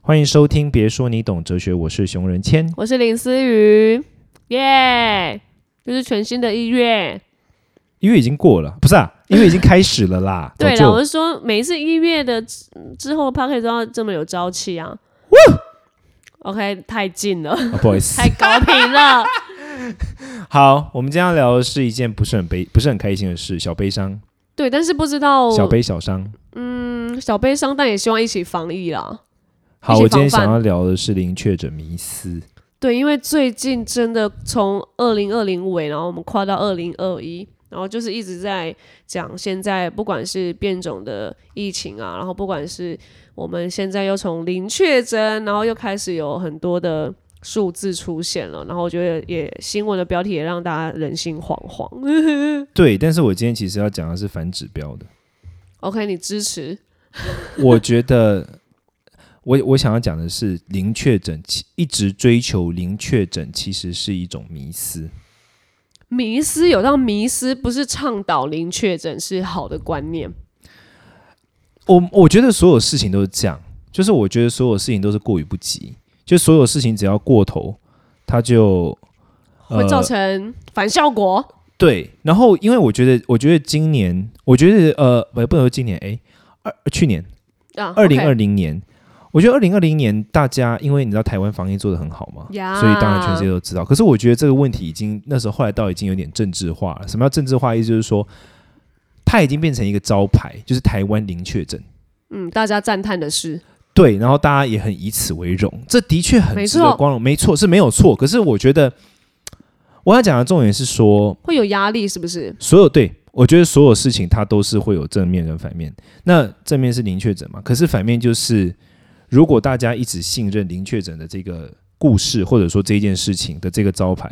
欢迎收听，别说你懂哲学，我是熊仁谦。我是林思雨，耶、又是全新的一月。。因为已经过了，不是啊，因为已经开始了啦 对早了，就我是说每一次一月的之之后 p o c a s t 都要这么有朝气啊。OK，太近了，啊不好意思太。高频了。好，我们今天要聊的是一件不是很悲、不是很开心的事，小悲伤、对，但是不知道小悲小伤。嗯小悲伤，但也希望一起防疫啦。好，一起我今天防想范要聊的是零确诊迷思。对，因为最近真的从二零二零尾，然后我们跨到二零二一，然后就是一直在讲现在不管是变种的疫情啊，然后不管是我们现在又从零确诊，然后又开始有很多的数字出现了，然后我觉得也新闻的标题也让大家人心惶惶。对，但是我今天其实要讲的是反指标的。 OK，你支持？我觉得， 我我想要讲的是零确诊，其一直追求零确诊其实是一种迷思。迷失有到迷失，不是倡导零确诊是好的观念。我我觉得所有事情都是这样，就是我觉得所有事情都是过于不及，就所有事情只要过头，它就呃会造成反效果，对。然后，因为我觉得，我觉得今年，我觉得呃，不不能说今年，哎，二去年啊，二零二零年。我觉得二零二零年大家，因为你知道台湾防疫做得很好嘛呀所以当然全世界都知道。可是我觉得这个问题已经那时候后来到已经有点政治化了。什么叫政治化？意思就是说，它已经变成一个招牌，就是台湾零确诊。嗯，大家赞叹的是，对，然后大家也很以此为荣，这的确很没值得错光荣，没错是没有错。可是我觉得我要讲的重点是说，会有压力，是不是？所有对我觉得所有事情它都是会有正面跟反面。那正面是零确诊嘛，可是反面就是如果大家一直信任零确诊的这个故事，或者说这件事情的这个招牌，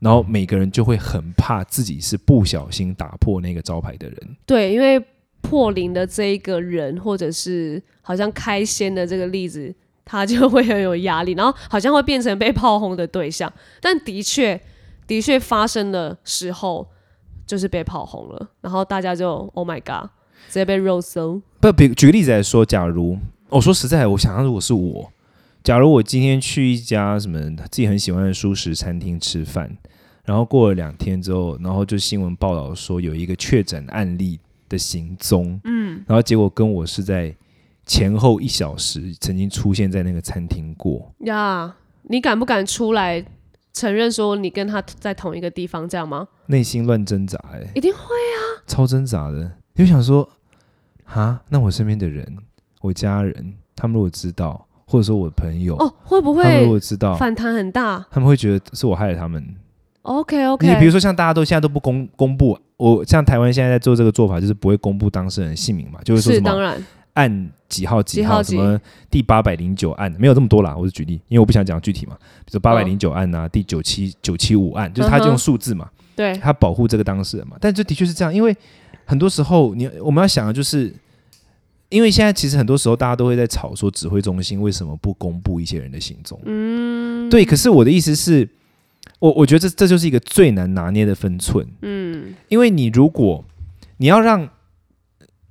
然后每个人就会很怕自己是不小心打破那个招牌的人。对，因为破零的这一个人，或者是好像开先的这个例子，他就会很有压力，然后好像会变成被炮轰的对象。 但的确，的确发生的时候就是被炮轰了，然后大家就 Oh my God，直接被肉搜。不，比举个例子来说，假如我、说实在，我想象如果是我，假如我今天去一家什么自己很喜欢的素食餐厅吃饭，然后过了两天之后，然后就新闻报道说有一个确诊案例的行踪，嗯，然后结果跟我是在前后一小时曾经出现在那个餐厅过，呀、你敢不敢出来承认说你跟他在同一个地方，这样吗？内心乱挣扎、欸，一定会。啊超挣扎的，就想说，哈，那我身边的人，我家人，他们如果知道，或者说我朋友，哦，会不他们如会果知道，反弹很大他们会觉得是我害了他们。 ？OK 你比 OK，如说，像大家都现在都不公公布，我像台湾现在在做这个做法，就是不会公布当事人的姓名嘛，就是说是什当么然。按几号几几号号什么第八百零九案，没有这么多啦，我是举例，因为我不想讲具体嘛，比如八百零九案啊，第九七九七五案，就是他就嗯用哼数字嘛，对，他保护这个当事人嘛。但这的确是这样，因为很多时候你我们要想的就是，因为现在其实很多时候大家都会在吵说指挥中心为什么不公布一些人的行踪。嗯，对，可是我的意思是，我我觉得这这就是一个最难拿捏的分寸，嗯，因为你如果你要让，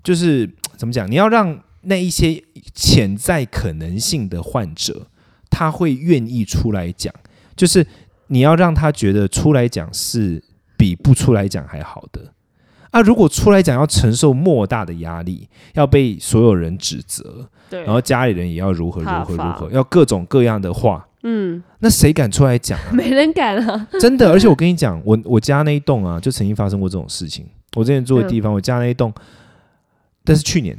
就是怎么讲，你要让那一些潜在可能性的患者，他会愿意出来讲，就是你要让他觉得出来讲是比不出来讲还好的。啊，如果出来讲要承受莫大的压力，要被所有人指责，对，然后家里人也要如何如挞何如伐何，要各种各样的话，嗯，那谁敢出来讲？ 没人敢啊，真的，而且我跟你讲，我我家那一栋啊，就曾经发生过这种事情。我之前住的嗯地方，我家那一栋，但是去年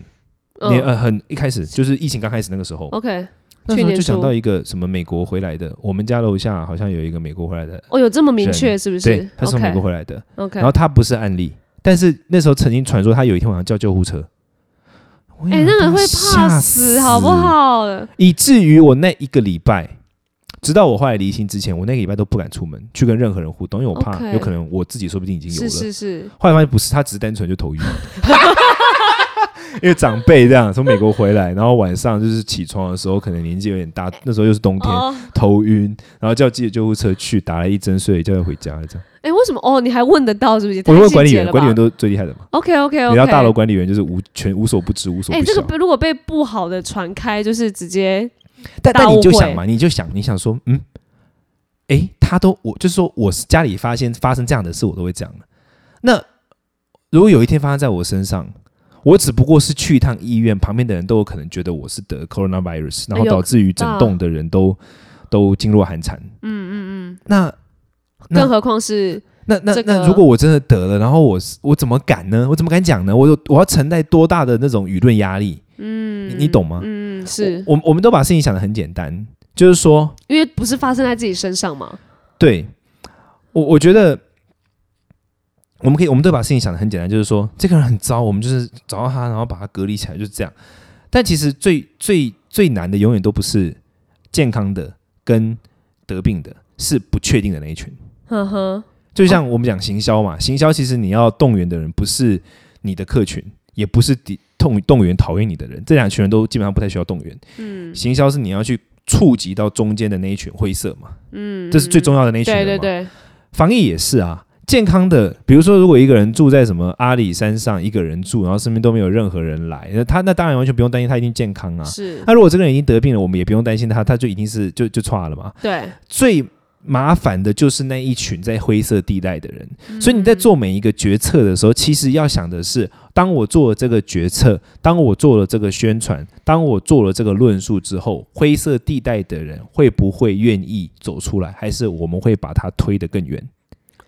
年、嗯呃很一开始就是疫情刚开始那个时候， ，OK，那时去候年就初想到一个什么美国回来的，我们家楼下好像有一个美国回来的，哦，有这么明确是不对是？，他是从美国回来的， ，OK，然后他不是案例，但是那时候曾经传说他有一天晚上叫救护车。我跟哎，你讲那个会吓怕死，好不好？以至于我那一个礼拜，直到我后来离心之前，我那个礼拜都不敢出门去跟任何人互动，因为我怕 OK 有可能我自己说不定已经有了。是是是，后来发现不是，他只是单纯就头晕，因为长辈这样从美国回来，然后晚上就是起床的时候可能年纪有点大，那时候又是冬天，哦，头晕，然后叫自己的救护车去打了一针，睡一觉就回家了。这样，哎，为什么？哦，你还问得到是不是？我太问细管理节员，了管理员吧都最厉害的嘛。 OK OK 你 OK，知道大楼。管理员就是无全无所不知，无所哎，不这晓。个如果被不好的传开，就是直接但但你就大误会想嘛，你就想，你想说，嗯，诶，他都我就是说，我是家里发现发生这样的事，我都会这样的。那如果有一天发生在我身上，我只不过是去一趟医院，旁边的人都有可能觉得我是得 coronavirus，然后哎呦导致于整啊栋的人都都噤若寒蝉。嗯嗯嗯。那那更何况是那那、这那，个如果我真的得了，然后我是我怎么敢呢？我怎么敢讲呢？我有我要承担多大的那种舆论压力？嗯，你你懂吗？嗯，是我我们都把事情想得很简单，就是说，因为不是发生在自己身上嘛？对我我觉得我们可以，我们都把事情想得很简单，就是说这个人很糟，我们就是找到他，然后把他隔离起来，就是这样。但其实最最最难的，永远都不是健康的跟得病的，是不确定的那一群。呵呵，就像我们讲行销嘛，行销其实你要动员的人不是你的客群，也不是敌动动员讨厌你的人，这两群人都基本上不太需要动员。嗯，行销是你要去触及到中间的那一群灰色嘛，嗯，这是最重要的那一群人对嘛。对对，防疫也是啊，健康的，比如说如果一个人住在什么阿里山上，一个人住，然后身边都没有任何人来，那他那当然完全不用担心他一定健康啊。是，那如果这个人已经得病了，我们也不用担心他，他就一定是就就差了嘛。对，最麻烦的就是那一群在灰色地带的人，所以你在做每一个决策的时候，其实要想的是：当我做了这个决策，当我做了这个宣传，当我做了这个论述之后，灰色地带的人会不会愿意走出来，还是我们会把它推得更远？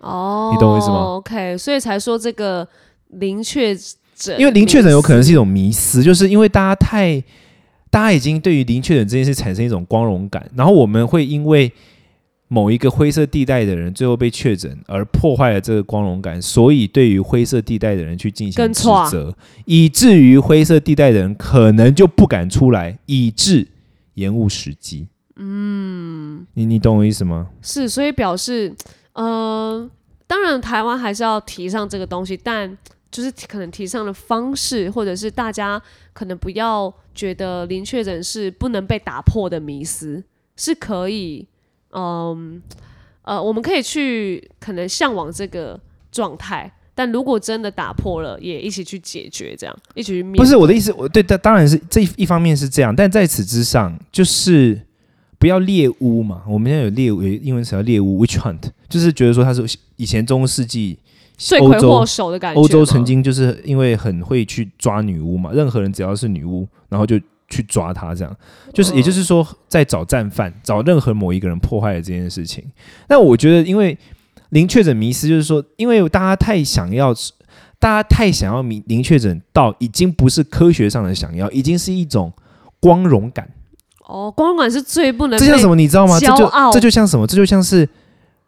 哦，你懂我意思吗？OK，所以才说这个零确诊，因为零确诊有可能是一种迷思，就是因为大家太，大家已经对于零确诊这件事产生一种光荣感，然后我们会因为某一个灰色地带的人最后被确诊而破坏了这个光荣感，所以对于灰色地带的人去进行更指错责，以至于灰色地带的人可能就不敢出来，以致延误时机。嗯，你你懂我意思吗？是，所以表示，呃，当然台湾还是要提倡这个东西，但就是可能提倡的方式，或者是大家可能不要觉得零确诊是不能被打破的迷思，是可以，嗯、呃，我们可以去可能向往这个状态。但如果真的打破了，也一起去解决，这样一起去面不是我的意思，我对，当当然是这一一方面是这样，但在此之上，就是不要猎巫嘛。我们现在有猎巫，有英文词叫猎巫 （witch hunt），就是觉得说他是以前中世纪罪欧魁洲祸首的感觉吗。嗯欧洲曾经就是因为很会去抓女巫嘛，任何人只要是女巫，然后就去抓她，这样就是嗯也就是说在找战犯，找任何某一个人破坏了这件事情。那我觉得，因为零确诊迷失，就是说，因为大家太想要。大家太想要明零确诊到已经不是科学上的想要，已经是一种光荣感。哦，光管是最不能这像被什么？你知道吗？这骄就傲这就像什么？这就像是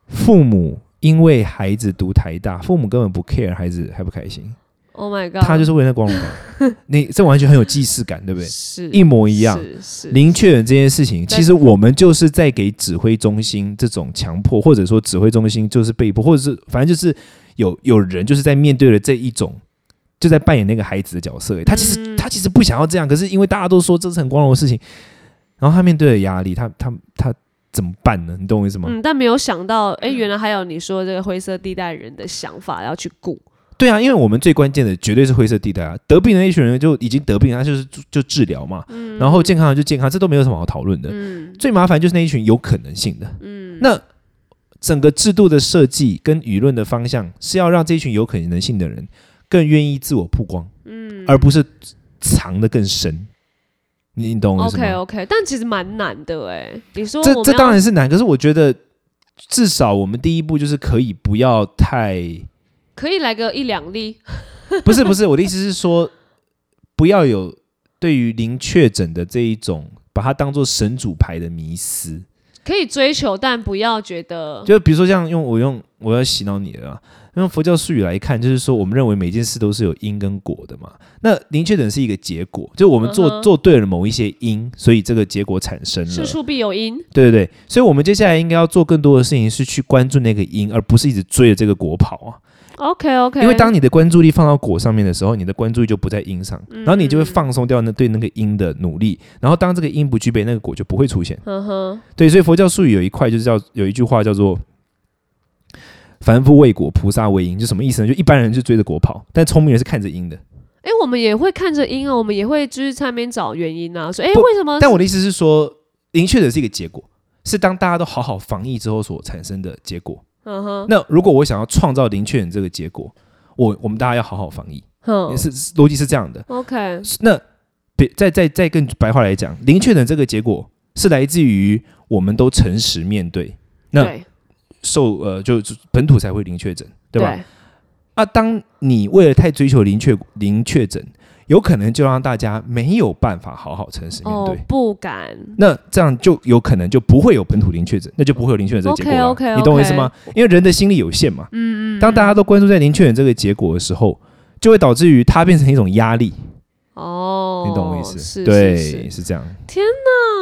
父母因为孩子读台大，父母根本不 care 孩子开不开心。 Oh my god！他就是为了那光荣 感，你这完全很有既视感，对不对？是一模一样。是是零确诊这件事情，在其实我们就是在给指挥中心这种强迫，或者说指挥中心就是被迫，或者是反正就是有有人就是在面对了这一种，就在扮演那个孩子的角色。他其实、嗯他其实不想要这样，可是因为大家都说这是很光荣的事情，然后他面对了压力，他他他怎么办呢？你懂我意思吗？嗯嗯，但没有想到，哎、原来还有你说这个灰色地带人的想法要去顾，对啊，因为我们最关键的绝对是灰色地带啊，得病的那一群人就已经得病了，他就是就就治疗嘛，嗯然后健康的就健康，这都没有什么好讨论的。最麻烦就是那一群有可能性的，嗯那整个制度的设计跟舆论的方向是要让这一群有可能性的人更愿意自我曝光，嗯而不是藏得更深。你你懂我意思吗 OK OK，但其实蛮难的哎、你说我这们这要当然是难，可是我觉得至少我们第一步就是可以不要太。可以来个一两例，不是不是，我的意思是说，不要有对于零确诊的这一种把它当做神主牌的迷思。可以追求，但不要觉得就比如说像用我用我要洗脑你了啊，用佛教术语来看，就是说我们认为每件事都是有因跟果的嘛。那零确诊是一个结果，就我们做、嗯哼做对了某一些因，所以这个结果产生事了。出必有因。对对对，所以我们接下来应该要做更多的事情是去关注那个因，而不是一直追着这个果跑啊。 OK OK，因为当你的关注力放到果上面的时候，你的关注力就不在因上，然后你就会放松掉那对那个因的努力，然后当这个因不具备，那个果就不会出现。嗯哼，对，所以佛教术语有一块就是叫有一句话叫做“凡夫为果，菩萨为因”，就什么意思呢？就一般人是追着果跑，但聪明人是看着因的。哎、我们也会看着因啊，我们也会就是在那边找原因啊，说哎、不为什么？但我的意思是说，零确诊是一个结果，是当大家都好好防疫之后所产生的结果。嗯哼，那如果我想要创造零确诊这个结果，我我们大家要好好防疫，哼是是逻辑是这样的。 ，OK，那别再再再更白话来讲，零确诊这个结果是来自于我们都诚实面对，那对受呃就就本土才会零确诊，对吧？对啊，当你为了太追求零确零确诊，有可能就让大家没有办法好好诚实面对。哦，不敢，那这样就有可能就不会有本土零确诊，那就不会有零确诊这个结果了。 OK，OK，OK 你懂我意思吗？因为人的心力有限嘛。嗯嗯。当大家都关注在零确诊这个结果的时候，就会导致于它变成一种压力。哦，你懂我意思？是，对，是是这样。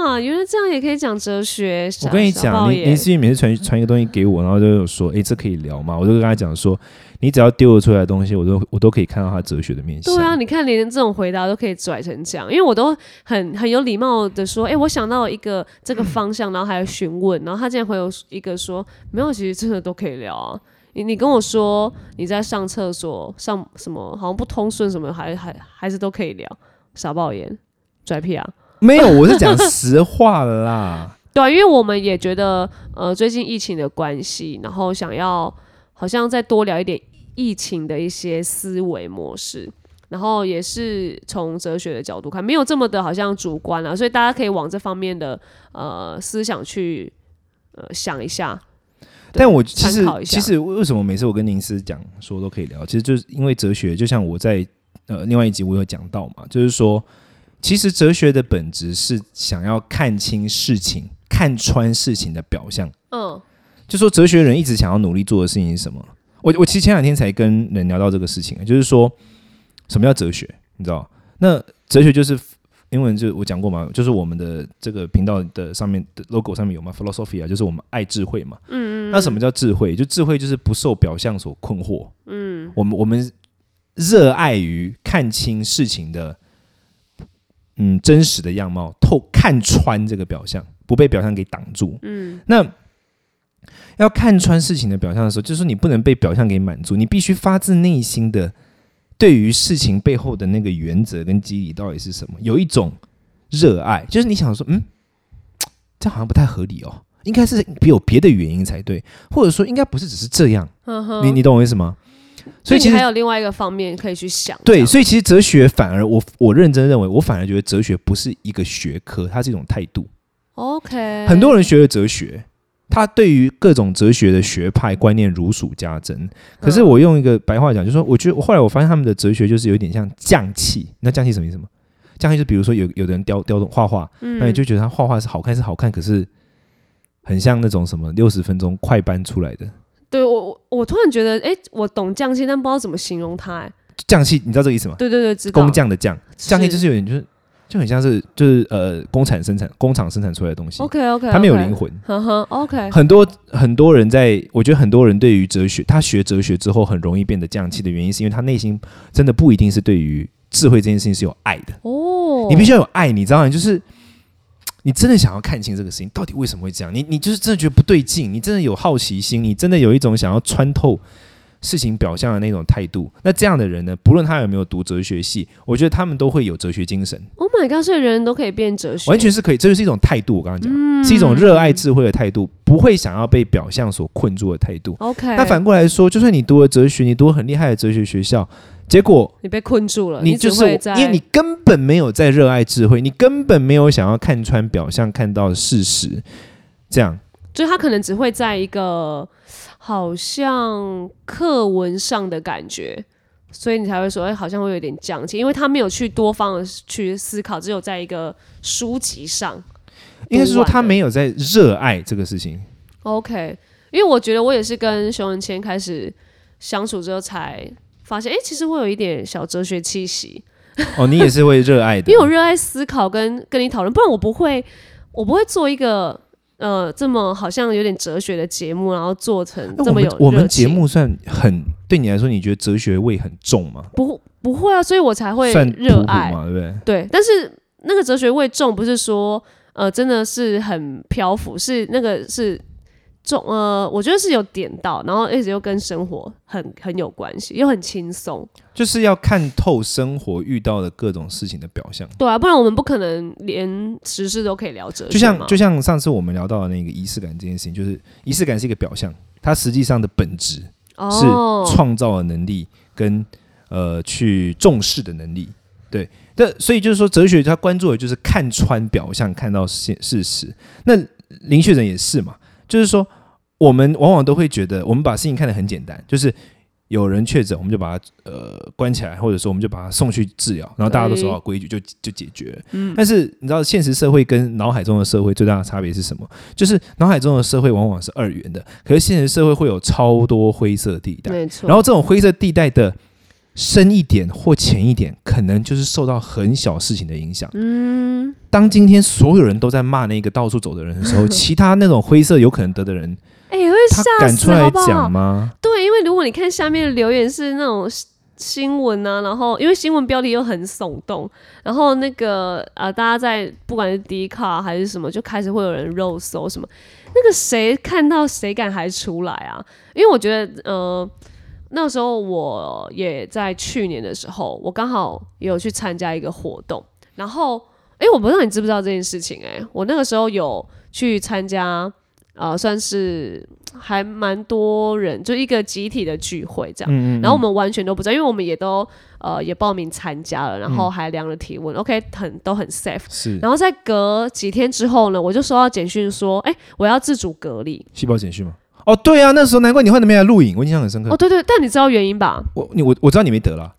啊，原来这样也可以讲哲学。我小跟你小讲，豹林爷林思雨每次传传一个东西给我，然后就有说：“诶，哎这可以聊吗？”我就跟他讲说：“你只要丢得出来的东西，我都我都可以看到他哲学的面相。”对啊，你看连这种回答都可以拽成这样，因为我都很很有礼貌的说，哎、我想到一个这个方向，然后还有询问，然后他竟然回我一个说，没有，其实真的都可以聊啊。你你跟我说你在上厕所上什么，好像不通顺什么，还还还是都可以聊，傻爆眼，拽屁啊！ 没有，我是讲实话啦。对啊，因为我们也觉得，呃，最近疫情的关系，然后想要好像再多聊一点疫情的一些思维模式，然后也是从哲学的角度看，没有这么的好像主观啊了、所以大家可以往这方面的呃思想去呃想一下。 对但我其实参考一下其实为什么每次我跟林思讲说都可以聊，其实就是因为哲学，就像我在呃另外一集我有讲到嘛，就是说，其实哲学的本质是想要看清事情、看穿事情的表象。嗯，就说哲学人一直想要努力做的事情是什么？我我其实前两天才跟人聊到这个事情，就是说什么叫哲学，你知道？那哲学就是英文就我讲过嘛，就是我们的这个频道的上面的 logo 上面有嘛 philosophy 啊，就是我们爱智慧嘛。嗯嗯。那什么叫智慧？就智慧就是不受表象所困惑。嗯。我们我们热爱于看清事情的嗯真实的样貌，透看穿这个表象，不被表象给挡住。嗯。那要看穿事情的表象的时候，就是说你不能被表象给满足，你必须发自内心的对于事情背后的那个原则跟机理到底是什么，有一种热爱，就是你想说，嗯，这好像不太合理哦，应该是有别的原因才对，或者说应该不是只是这样，呵呵你你懂我意思吗？所以其你实嗯还有另外一个方面可以去想。这对，样所以其实哲学反而我我认真认为，我反而觉得哲学不是一个学科，它是一种态度。 OK，很多人学了哲学，他对于各种哲学的学派观念如数家珍。可是我用一个白话讲，就是说，我觉得我后来我发现他们的哲学就是有点像匠气。你知道匠气什么意思吗？匠气就比如说有有的人雕雕东画画，嗯那你就觉得他画画是好看是好看，可是很像那种什么六十分钟快搬出来的对我我我突然觉得，哎、我懂匠心，但不知道怎么形容它、哎匠气，你知道这个意思吗？对对对，知道工匠的匠，是匠气就是有点就是就很像是就是呃工厂生产工厂生产出来的东西， OK OK，它没有灵，魂。呵呵 OK，很多很多人在，我觉得很多人对于哲学，他学哲学之后很容易变得降气的原因，是因为他内心真的不一定是对于智慧这件事情是有爱的。哦，你必须要有爱，你知道吗？就是你真的想要看清这个事情到底为什么会这样，你你就是真的觉得不对劲，你真的有好奇心，你真的有一种想要穿透事情表象的那种态度。那这样的人呢，不论他有没有读哲学系，我觉得他们都会有哲学精神， Oh my god！所以人人都可以变哲学，完全是可以。这就是一种态度，我刚刚讲，是一种热爱智慧的态度，不会想要被表象所困住的态度。 OK。那反过来说，就算你读了哲学，你读了很厉害的哲学学校，结果呃你被困住了，你只就是会在因为你根本没有在热爱智慧，你根本没有想要看穿表象，看到事实，这样就他可能只会在一个好像课文上的感觉，所以你才会说，哎、好像会有点降气，因为他没有去多方的去思考，只有在一个书籍上。应该是说他读完了没有在热爱这个事 情。 OK，因为我觉得我也是跟熊仁谦开始相处之后，才发现，哎、其实会有一点小哲学气息。哦，你也是会热爱的，因为我热爱思考跟跟你讨论，不然我不会，我不会做一个呃这么好像有点哲学的节目，然后做成那这我么们有我们热情节目算很对你来说，你觉得哲学味很重吗？不不会啊，所以我才会算热普普爱。嘛，对不对？对，但是那个哲学味重不是说呃真的是很漂浮，是那个是重呃，我觉得是有点到，然后而且又跟生活很很有关系，又很轻松，就是要看透生活遇到的各种事情的表象。对啊，不然我们不可能连时事都可以聊哲学就像嘛就像上次我们聊到的那个仪式感这件事情，就是仪式感是一个表象，它实际上的本质是哦，创造的能力跟呃去重视的能力。对，那所以就是说，哲学它关注的就是看穿表象，看到现事实。那林学人也是嘛，就是说我们往往都会觉得，我们把事情看得很简单，就是有人确诊，我们就把他呃关起来，或者说我们就把他送去治疗，然后大家都守好规矩就就解决了。但是你知道，现实社会跟脑海中的社会最大的差别是什么？就是脑海中的社会往往是二元的，可是现实社会会有超多灰色地带。没错，然后这种灰色地带的深一点或浅一点，可能就是受到很小事情的影响。嗯，当今天所有人都在骂那个到处走的人的 时候，其他那种灰色有可能得的人，哎、会他吓敢出死来好不好讲？吗？对，因为如果你看下面的留言是那种新新闻啊，然后因为新闻标题又很耸动，然后那个啊、呃大家在不管是迪卡还是什么，就开始会有人肉搜什么，那个谁看到谁敢还出来啊？因为我觉得，呃，那时候我也在去年的时候，我刚好也有去参加一个活动，然后，诶，我不知道你知不知道这件事情、诶，我那个时候有去参加，呃，算是还蛮多人，就一个集体的聚会这样。然后我们完全都不知道，因为我们也都呃也报名参加了，然后还量了体温、o k 很都很 safe。 是然后在隔几天之后呢，我就收到简讯说，诶，我要自主隔离。细胞简讯吗？哦，对啊，那时候难怪你换的没来录影，我印象很深刻。哦，对对，但你知道原因吧？我你我我知道你没得了，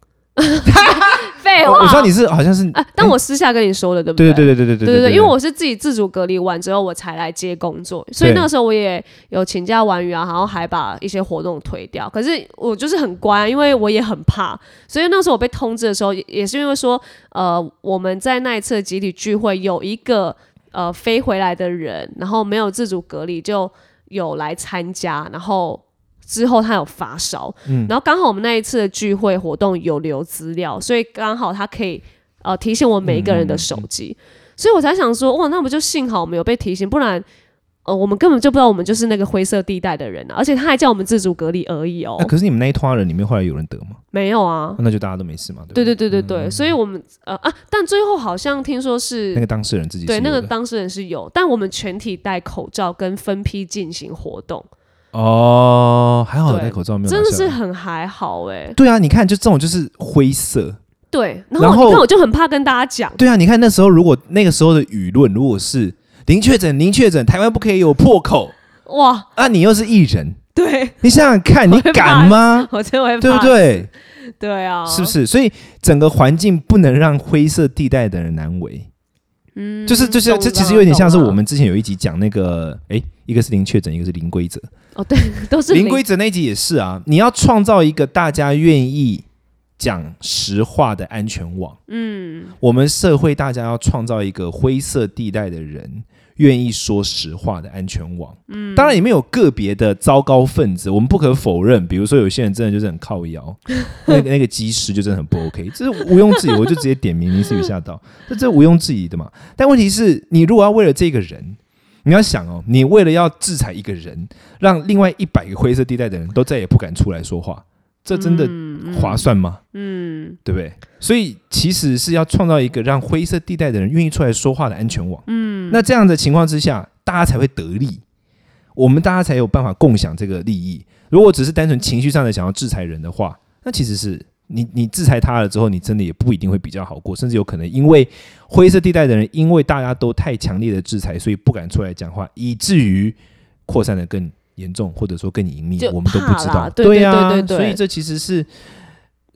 废我话，我知道你是好像是啊，但我私下跟你说的，对不哦对对对对对对对对对，因为我是自己自主隔离完之后，我才来接工作，所以对那个时候我也有请假完余啊，然后还把一些活动推掉。可是我就是很乖，因为我也很怕，所以那时候我被通知的时候，也也是因为说，呃，我们在那一次的集体聚会有一个呃飞回来的人，然后没有自主隔离就有来参加，然后。之后他有发烧，嗯然后刚好我们那一次的聚会活动有留资料，所以刚好他可以呃提醒我每一个人的手机，嗯所以我才想说，哇，那不就幸好我们有被提醒，不然，呃，我们根本就不知道我们就是那个灰色地带的人啊，而且他还叫我们自主隔离而 已哦啊，可是你们那一团人里面后来有人得吗？没有啊，那就大家都没事嘛，对不对对对对对，所以我们呃啊，但最后好像听说是嗯那个当事人自己对是那有个的当事人是有，但我们全体戴口罩跟分批进行活动，哦，还好对戴口罩没有拿啊真的下来是很还好哎、对啊，你看，就这种就是灰色。对，然然后后你看我就很怕跟大家讲，对啊，你看那时候如果那个时候的舆论如果是零确诊、零确诊，台湾不可以有破口哇，啊，你又是艺人，对 你想想看，你我会怕敢吗？我真的会怕，对不？对？对啊，是不是？所以整个环境不能让灰色地带的人难为。嗯，就是就是懂，这其了实有点像是懂了我们之前有一集讲那个，诶，一个是零确诊，一个是零规则。哦，对，都是零规则那一集也是啊，你要创造一个大家愿意讲实话的安全网。嗯，我们社会大家要创造一个灰色地带的人愿意说实话的安全网。嗯，当然里面有个别的糟糕分子，我们不可否认。比如说有些人真的就是很靠腰， 那个那个机师就真的很不 OK，这是毋庸置疑。我就直接点名林思雨吓到，这这毋庸置疑的嘛。但问题是，你如果要为了这个人。你要想哦，你为了要制裁一个人，让另外一百个灰色地带的人都再也不敢出来说话，这真的划算吗？嗯，嗯，对不对？所以其实是要创造一个让灰色地带的人愿意出来说话的安全网。嗯，那这样的情况之下，大家才会得利，我们大家才有办法共享这个利益。如果只是单纯情绪上的想要制裁人的话，那其实是你你制裁他了之后，你真的也不一定会比较好过，甚至有可能因为灰色地带的人，因为大家都太强烈的制裁，所以不敢出来讲话，以至于扩散的更严重，或者说更隐秘就，我们都不知怕道啊啦。对对呀、对对对所以这其实是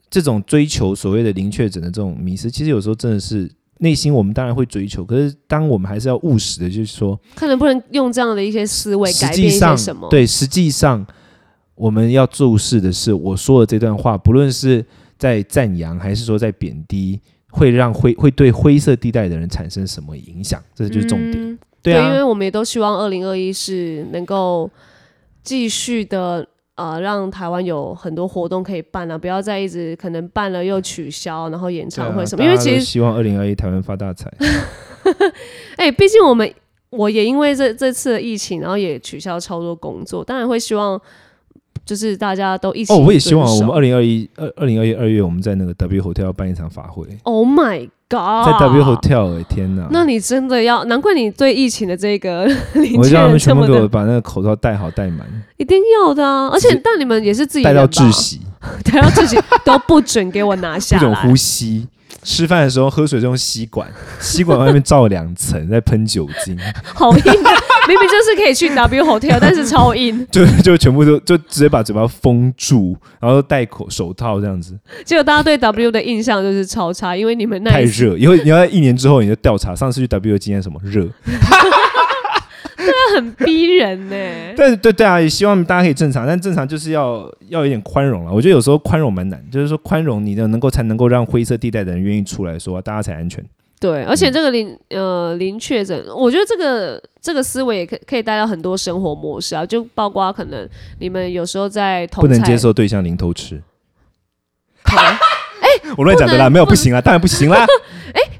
这种追求所谓的零确诊的这种迷失，其实有时候真的是内心我们当然会追求，可是当我们还是要务实的，就是说，看能不能用这样的一些思维实改变际一些上什么，对，实际上我们要注视的是我说的这段话，不论是在赞扬还是说在贬低，会让灰会对灰色地带的人产生什么影响，这就是重点。嗯对因为啊，我们也都希望二零二一是能够继续的。呃，让台湾有很多活动可以办啊，不要再一直可能办了又取消，然后演唱会什么。对啊因为大家其都实， 希望二零二一台湾发大财，哎、毕竟我们我也因为这这次的疫情，然后也取消超多工作，当然会希望就是大家都一起哦，我也希望遵我守们二零二一、二二零二一二月，我们在那个 W Hotel 办一场法会， Oh my God，在 W Hotel 哎、天哪！那你真的要，难怪你对疫情的这 个零我就件让他们人全这部么给我的，把那个口罩戴好戴满，一定要的啊！而直且，接但你们也是自己戴到人吧窒， 息，戴到窒息 都不准给我拿不下准来呼。吸。吃饭的时候喝水是用吸管， 吸管外面罩两层，再喷酒精， 好硬的，明明就是可以去 W Hotel，但是超硬，就就全部都就直接把嘴巴封住，然后戴口手套这样子。结果大家对 W 的印象就是超差，因为你们那太一次热，以后你要在一年之后你就调查上次去 W 的经验什么 热。很逼人呢、但是 对对啊，也希望大家可以正常，但正常就是要要有点宽容了。我觉得有时候宽容蛮难，就是说宽容你的能够才能够让灰色地带的人愿意出来说，大家才安全。对，而且这个零呃零确诊，我觉得这个这个思维也可可以带到很多生活模式啊，就包括可能你们有时候在同不能才接受对象零头吃，可能 我乱讲的啦，哎不能没有不不行啦，当然不行啦。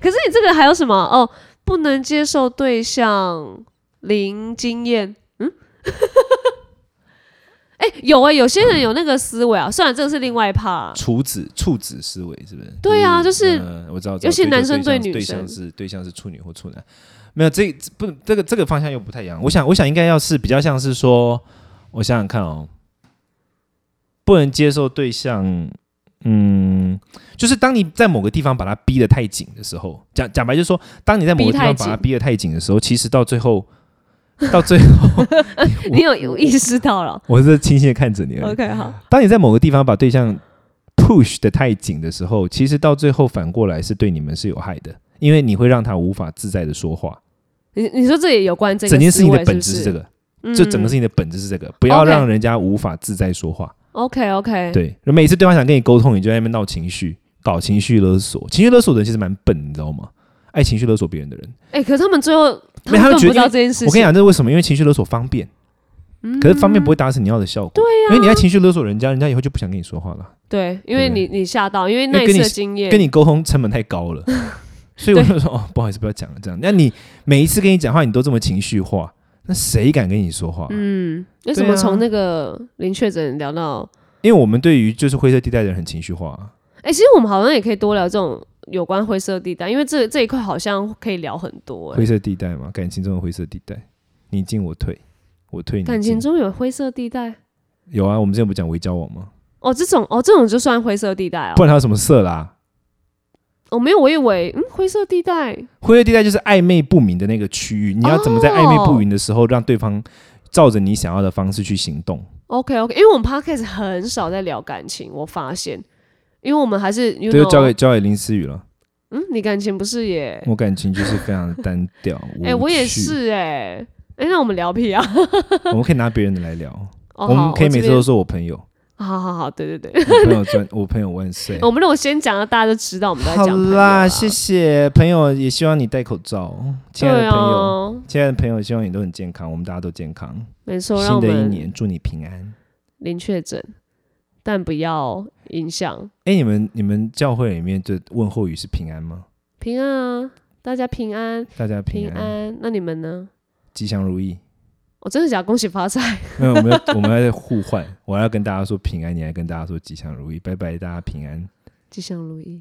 可是你这个还有什么哦？不能接受对象零经验， 嗯，哎、有啊、有些人有那个思维啊，虽然这个是另外一啊 part，处子处子思维是不是？对啊就是嗯我知道，我知道尤其男生对对象女对生象是对象是处女或处男，没有这不这个这个方向又不太一样。我想我想应该要是比较像是说，我想想看哦，不能接受对象，嗯，就是当你在某个地方把它逼得太紧的时候，讲讲白就是说，当你在某个地逼太方紧把它逼得太紧的时候，其实到最后，到最后， 你有有意识到了我是轻轻的看着你而已。 ？OK，好，当你在某个地方把对象 push 的太紧的时候，其实到最后反过来是对你们是有害的，因为你会让他无法自在的说话。你你说这也有关这个整件事思情维的本质是是不这是嗯个，就整个事情。情的本质是这个，不要 OK 让人家无法自在说话。 OK OK，对，每次对方想跟你沟通，你就在那边闹情绪，搞情绪勒索。情绪勒索的人其实蛮笨，你知道吗？爱情绪勒索别人的人，哎、可是他们最后他没有们他们根本觉得不知道这件事情。我跟你讲，这是为什么？因为情绪勒索方便，嗯可是方便不会达成你要的效果。对呀、啊因为你要情绪勒索人家，人家以后就不想跟你说话了。对，因为你你吓到，因为因为那一跟次你的经验，跟你沟通成本太高 了，所以我就说哦，不好意思，不要讲了这样。那你每一次跟你讲话，你都这么情绪化，那谁敢跟你说话？嗯，为什对么啊从那个零确诊聊到因为我们对于就是灰色地带的人很情绪化啊，哎、其实我们好像也可以多聊这种有关灰色地带，因为这这一块好像可以聊很多、灰欸。色地带嘛，感情中的灰色地带，你进我退，我退你进。感情中有灰色地带有啊，我们之前不讲微交往吗？哦，这种哦，这种就算灰色地带不哦。然还有什么色啦？哦，没有，我以为嗯，灰色地带灰色地带就是暧昧不明的那个区域，你要怎么在暧昧不明的时候让对方照着你想要的方式去行动？ OK OK，因为我们 podcast 很少在聊感情，我发现，因为我们还是 you 这就交给 know，交给林思雨了。嗯，你感情不是耶？我感情就是非常的单调。哎、我也无趣是哎、哎、那我们聊屁啊！ 我们可以拿别人的来聊，哦、我好们可以这每次边都说我朋友，好好好，对对对，我朋友赚，我朋友万岁。 我们如果先讲了，大家就知道我们在好讲朋友啊啦，了谢谢朋友，也希望你戴口罩，亲爱对的朋友，啊，亲爱的朋友，希望你都很健康，我们大家都健康。没错，让新我的一们年祝你平安。零确诊，但不要影响哎，你们你们教会里面的问候语是平安吗？平安啊，大家平安大家平平安。那你们呢？吉祥如意。我、真的假的恭喜发财， 没有，我们要我们要在互换，我要跟大家说平安，你来跟大家说吉祥如意，拜拜，大家平安。吉祥如意。